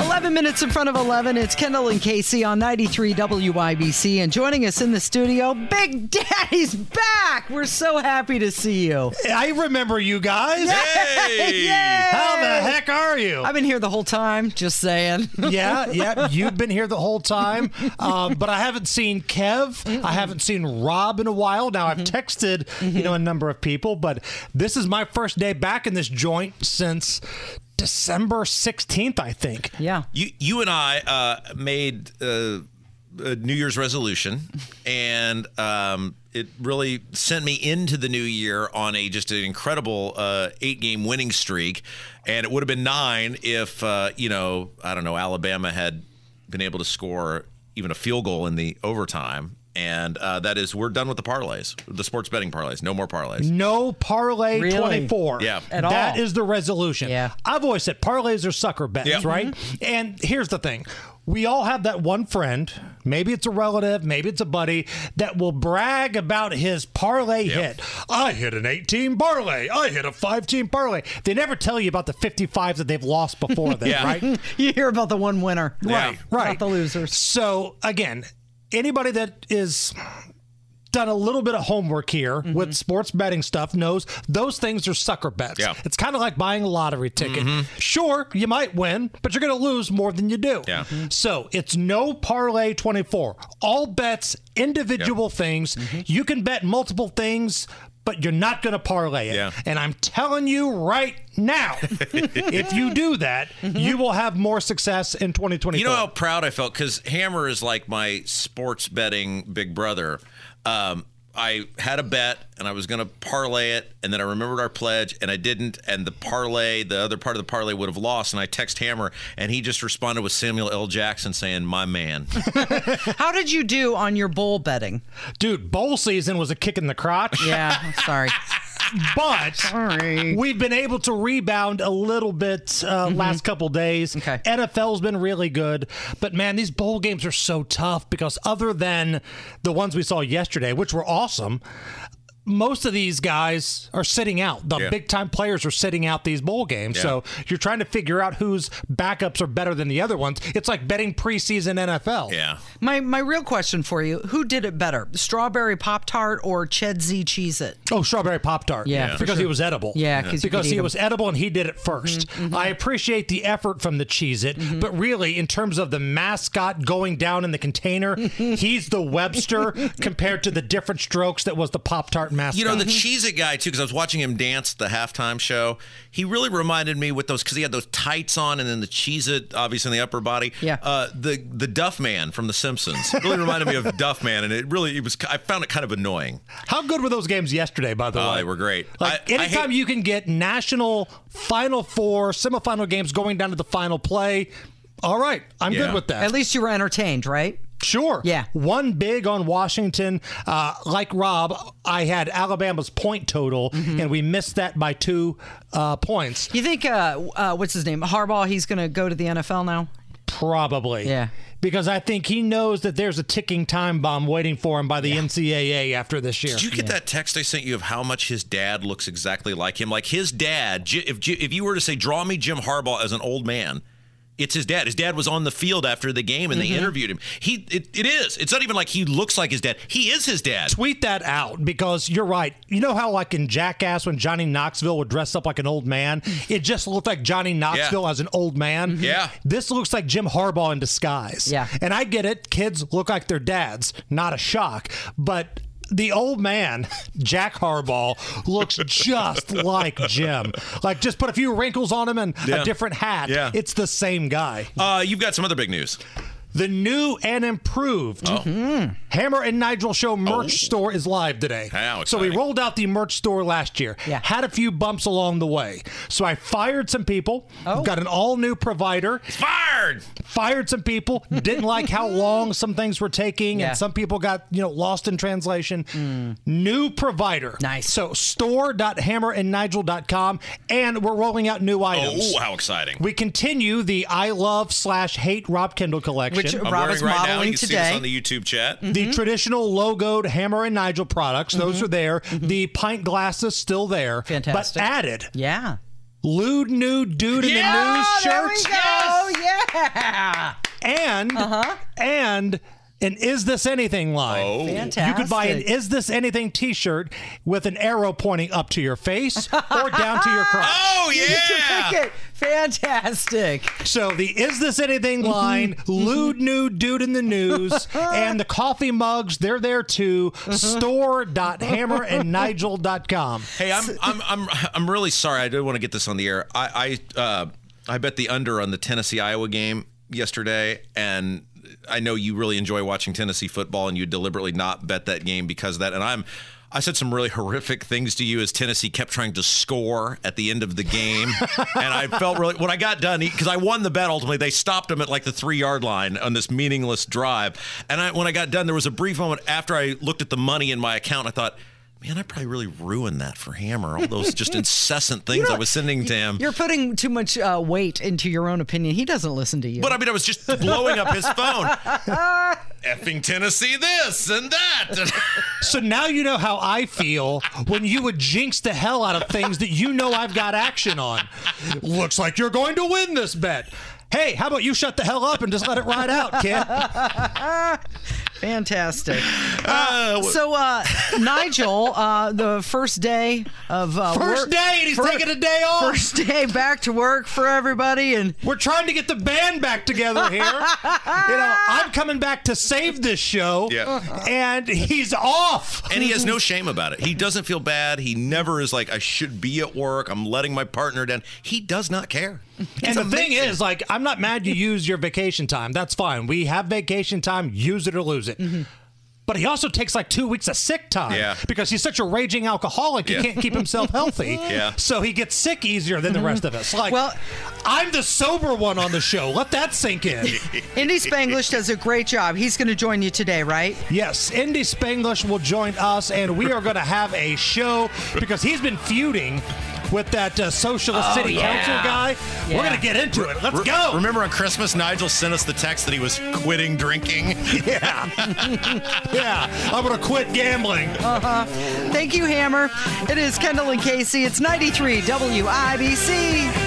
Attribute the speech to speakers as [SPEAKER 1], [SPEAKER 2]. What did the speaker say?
[SPEAKER 1] 11 minutes in front of 11. It's Kendall and Casey on 93 WIBC. And joining us in the studio, Big Daddy's back. We're so happy to see you.
[SPEAKER 2] I remember you guys.
[SPEAKER 1] Hey!
[SPEAKER 2] How the heck are you?
[SPEAKER 1] I've been here the whole time, just saying.
[SPEAKER 2] yeah, yeah, you've been here the whole time, um, but I haven't seen Kev. I haven't seen Rob in a while. Now
[SPEAKER 1] Mm-hmm.
[SPEAKER 2] I've texted, you know, a number of people, but this is my first day back in this joint since December sixteenth, I think.
[SPEAKER 1] yeah.
[SPEAKER 3] You you and I uh, made uh, a New Year's resolution, and um, it really sent me into the new year on a just an incredible uh, eight game winning streak, and it would have been nine if uh, you know I don't know Alabama had been able to score even a field goal in the overtime. And uh, that is, we're done with the parlays, the sports betting parlays. No more parlays.
[SPEAKER 2] No parlay
[SPEAKER 1] Really?
[SPEAKER 2] 24.
[SPEAKER 3] Yeah.
[SPEAKER 1] At
[SPEAKER 2] That
[SPEAKER 1] all.
[SPEAKER 2] is the resolution.
[SPEAKER 1] Yeah. Mm-hmm.
[SPEAKER 2] I've always said parlays are sucker bets,
[SPEAKER 3] Yep.
[SPEAKER 2] right? And here's the thing. We all have that one friend, maybe it's a relative, maybe it's a buddy, that will brag about his parlay hit. I hit an 18 parlay. I hit a 5 team parlay. They never tell you about the 55s that they've lost before then,
[SPEAKER 3] Yeah.
[SPEAKER 2] right?
[SPEAKER 1] You hear about the one winner.
[SPEAKER 3] Yeah.
[SPEAKER 2] right.
[SPEAKER 1] Not the losers.
[SPEAKER 2] So again, anybody that is done a little bit of homework here
[SPEAKER 3] Mm-hmm.
[SPEAKER 2] with sports betting stuff knows those things are sucker bets.
[SPEAKER 3] Yeah. Mm-hmm.
[SPEAKER 2] It's kind of like buying a lottery ticket. Sure, you might win, but you're going to lose more than you do. Mm-hmm.
[SPEAKER 3] Yeah. Mhm.
[SPEAKER 2] So, it's no parlay 24. All bets, individual things.
[SPEAKER 3] Mm-hmm.
[SPEAKER 2] You can bet multiple things, but you're not going to parlay it.
[SPEAKER 3] Yeah.
[SPEAKER 2] And I'm telling you right now, if you do that, you will have more success in 2024.
[SPEAKER 3] Mm-hmm. You know how proud I felt because Hammer is like my sports betting big brother. Um, I had a bet and I was going to parlay it, and then I remembered our pledge and I didn't. And the parlay, the other part of the parlay would have lost. And I text Hammer, and he just responded with Samuel L. Jackson saying, "My man."
[SPEAKER 1] How did you do on your bowl betting?
[SPEAKER 2] Dude, bowl season was a kick in the crotch,
[SPEAKER 1] Yeah, I'm sorry.
[SPEAKER 2] but
[SPEAKER 1] Sorry.
[SPEAKER 2] we've been able to rebound a little bit uh,
[SPEAKER 3] Mm-hmm.
[SPEAKER 2] last couple days.
[SPEAKER 1] Okay.
[SPEAKER 2] NFL's been really good, but man, these bowl games are so tough because other than the ones we saw yesterday, which were awesome, most of these guys are sitting out. The
[SPEAKER 3] Yeah.
[SPEAKER 2] big time players are sitting out these bowl games.
[SPEAKER 3] Yeah.
[SPEAKER 2] So you're trying to figure out whose backups are better than the other ones. It's like betting preseason NFL.
[SPEAKER 3] yeah.
[SPEAKER 1] My my real question for you: Who did it better, strawberry pop tart or Chedsy cheese it?
[SPEAKER 2] Oh, strawberry pop tart.
[SPEAKER 1] Yeah, Yeah. for
[SPEAKER 2] because
[SPEAKER 1] sure.
[SPEAKER 2] he was edible.
[SPEAKER 1] Yeah, 'cause you could
[SPEAKER 2] because
[SPEAKER 1] eat Mm-hmm.
[SPEAKER 2] he
[SPEAKER 1] 'em.
[SPEAKER 2] was edible and he did it 1st I appreciate the effort from the Cheez It,
[SPEAKER 1] Mm-hmm.
[SPEAKER 2] but really, in terms of the mascot going down in the container, he's the Webster compared to the different strokes that was the Pop Tart mascot.
[SPEAKER 3] You know,
[SPEAKER 1] Mm-hmm.
[SPEAKER 3] the Cheez It guy, too, because I was watching him dance at the halftime show. He really reminded me with those, because he had those tights on and then the Cheez It, obviously, in the upper body.
[SPEAKER 1] Yeah.
[SPEAKER 3] Uh, the, the Duff Man from The Simpsons. It really reminded me of Duff Man, and it really, it was, I found it kind of annoying.
[SPEAKER 2] How good were those games yesterday, by the
[SPEAKER 3] Oh,
[SPEAKER 2] way?
[SPEAKER 3] they were great.
[SPEAKER 2] Like,
[SPEAKER 3] I- I
[SPEAKER 2] anytime
[SPEAKER 3] hate-
[SPEAKER 2] you can get national Final Four, semifinal games going down to the final play, all right, I'm
[SPEAKER 3] Yeah.
[SPEAKER 2] good with that.
[SPEAKER 1] At least you were entertained, right?
[SPEAKER 2] Sure.
[SPEAKER 1] Yeah.
[SPEAKER 2] One big on Washington. Uh, like Rob, I had Alabama's point total,
[SPEAKER 1] Mm-hmm.
[SPEAKER 2] and we missed that by two uh, points,
[SPEAKER 1] You think uh, uh what's his name Harbaugh? He's going to go to the NFL now.
[SPEAKER 2] probably.
[SPEAKER 1] Yeah.
[SPEAKER 2] Because I think he knows that there's a ticking time bomb waiting for him by the NCAA after this year.
[SPEAKER 3] Did you get that text I sent you of how much his dad looks exactly like him? Like his dad, Ji- if Ji- if you were to say, draw me Jim Harbaugh as an old man, it's his dad. His dad was on the field after the game and they interviewed him. He it, it is. It's not even like he looks like his dad. He is his dad.
[SPEAKER 2] Tweet that out because you're right. You know how, like in Jackass, when Johnny Knoxville would dress up like an old man, it just looked like Johnny Knoxville as an old man.
[SPEAKER 3] Mm-hmm. Yeah.
[SPEAKER 2] This looks like Jim Harbaugh in disguise.
[SPEAKER 1] Yeah.
[SPEAKER 2] And I get it. Kids look like their dads. Not a shock. But the old man, Jack Harbaugh, looks just like Jim. Like, just put a few wrinkles on him and
[SPEAKER 3] Yeah.
[SPEAKER 2] a different hat.
[SPEAKER 3] Yeah.
[SPEAKER 2] It's the same guy.
[SPEAKER 3] Uh, you've got some other big news.
[SPEAKER 2] The new and improved
[SPEAKER 1] Mm-hmm.
[SPEAKER 2] Hammer and Nigel
[SPEAKER 1] Oh,
[SPEAKER 2] Show merch store is live today.
[SPEAKER 3] How
[SPEAKER 2] so we
[SPEAKER 3] exciting.
[SPEAKER 2] rolled out the merch store last year.
[SPEAKER 1] Yeah.
[SPEAKER 2] Had a few bumps along the way. So I fired some people.
[SPEAKER 1] Oh.
[SPEAKER 2] Got an all new provider.
[SPEAKER 3] Fired.
[SPEAKER 2] Fired some people. Didn't like how long some things were taking,
[SPEAKER 1] Yeah. Mm.
[SPEAKER 2] and some people got you know lost in translation. New provider.
[SPEAKER 1] Nice.
[SPEAKER 2] So store.hammerandnigel.com, and we're rolling out new items.
[SPEAKER 3] Oh, how exciting!
[SPEAKER 2] We continue the I love slash hate Rob Kendall collection.
[SPEAKER 1] Which
[SPEAKER 3] I'm
[SPEAKER 1] Rob
[SPEAKER 3] wearing
[SPEAKER 1] is
[SPEAKER 3] right now.
[SPEAKER 1] modeling
[SPEAKER 3] You can see
[SPEAKER 1] today. Mm.
[SPEAKER 3] this on the YouTube chat.
[SPEAKER 2] the
[SPEAKER 1] Mm-hmm.
[SPEAKER 2] traditional logoed Hammer and Nigel products, those are there. The pint glasses still there.
[SPEAKER 1] Mm-hmm. Fantastic.
[SPEAKER 2] But added,
[SPEAKER 1] yeah.
[SPEAKER 2] lewd nude dude in
[SPEAKER 3] Yeah,
[SPEAKER 2] the news
[SPEAKER 1] there we
[SPEAKER 2] shirts
[SPEAKER 1] go. Yeah. Uh-huh.
[SPEAKER 2] and and an is this anything line.
[SPEAKER 3] Oh.
[SPEAKER 2] You could buy an
[SPEAKER 1] Fantastic.
[SPEAKER 2] is this anything t-shirt with an arrow pointing up to your face or down to your crotch.
[SPEAKER 3] Oh
[SPEAKER 1] Pick
[SPEAKER 3] yeah.
[SPEAKER 1] it. Fantastic.
[SPEAKER 2] So the is this anything
[SPEAKER 1] Mm-hmm.
[SPEAKER 2] line, lewd nude dude in the news, and the coffee mugs, they're there too.
[SPEAKER 1] Uh-huh.
[SPEAKER 2] Store.hammerandnigel.com.
[SPEAKER 3] Hey, I'm I'm I'm I'm really sorry. I did want to get this on the air. I I uh, I bet the under on the Tennessee Iowa game yesterday, and I know you really enjoy watching Tennessee football, and you deliberately not bet that game because of that. And I'm. I said some really horrific things to you as Tennessee kept trying to score at the end of the game, and I felt really when I got done because I won the bet ultimately. They stopped them at like the three yard line on this meaningless drive, and I, when I got done, there was a brief moment after I looked at the money in my account. I thought, Man, I probably really ruined that for Hammer. All those just incessant things I was sending to him.
[SPEAKER 1] You're putting too much uh, weight into your own opinion. He doesn't listen to you.
[SPEAKER 3] But I mean, I was just blowing up his phone. Effing Tennessee, this and that.
[SPEAKER 2] So now you know how I feel when you would jinx the hell out of things that you know I've got action on. Looks like you're going to win this bet. Hey, how about you shut the hell up and just let it ride out, kid?
[SPEAKER 1] Fantastic. Uh, so, uh, Nigel, uh, the first day of uh,
[SPEAKER 2] First
[SPEAKER 1] work-
[SPEAKER 2] day, and he's
[SPEAKER 1] fir-
[SPEAKER 2] taking a day off.
[SPEAKER 1] First day back to work for everybody, and
[SPEAKER 2] We're trying to get the band back together here. you know, I'm coming back to save this show.
[SPEAKER 3] Yeah.
[SPEAKER 2] And he's off.
[SPEAKER 3] and he has no shame about it. He doesn't feel bad. He never is like, I should be at work. I'm letting my partner down. He does not care.
[SPEAKER 2] and the thing is, like, I'm not mad you use your vacation time. That's fine. We have vacation time. Use it or lose it. But he also takes like two weeks of sick time
[SPEAKER 3] Yeah.
[SPEAKER 2] because he's such a raging alcoholic.
[SPEAKER 3] Yeah.
[SPEAKER 2] He can't keep himself healthy.
[SPEAKER 3] Yeah.
[SPEAKER 2] So he gets sick easier than the rest of us. Like,
[SPEAKER 1] Well-
[SPEAKER 2] I'm the sober one on the show. Let that sink in.
[SPEAKER 1] Indy Spanglish does a great job. He's going to join you today, right?
[SPEAKER 2] Yes, Indy Spanglish will join us, and we are going to have a show because he's been feuding with that uh, socialist city council guy. We're
[SPEAKER 1] Oh, Yeah.
[SPEAKER 2] going to get into it. Let's
[SPEAKER 3] Re-
[SPEAKER 2] go.
[SPEAKER 3] Remember on Christmas, Nigel sent us the text that he was quitting drinking.
[SPEAKER 2] Yeah, I'm going to quit gambling.
[SPEAKER 1] Thank you, Hammer. It is Kendall and Casey. It's 93 WIBC.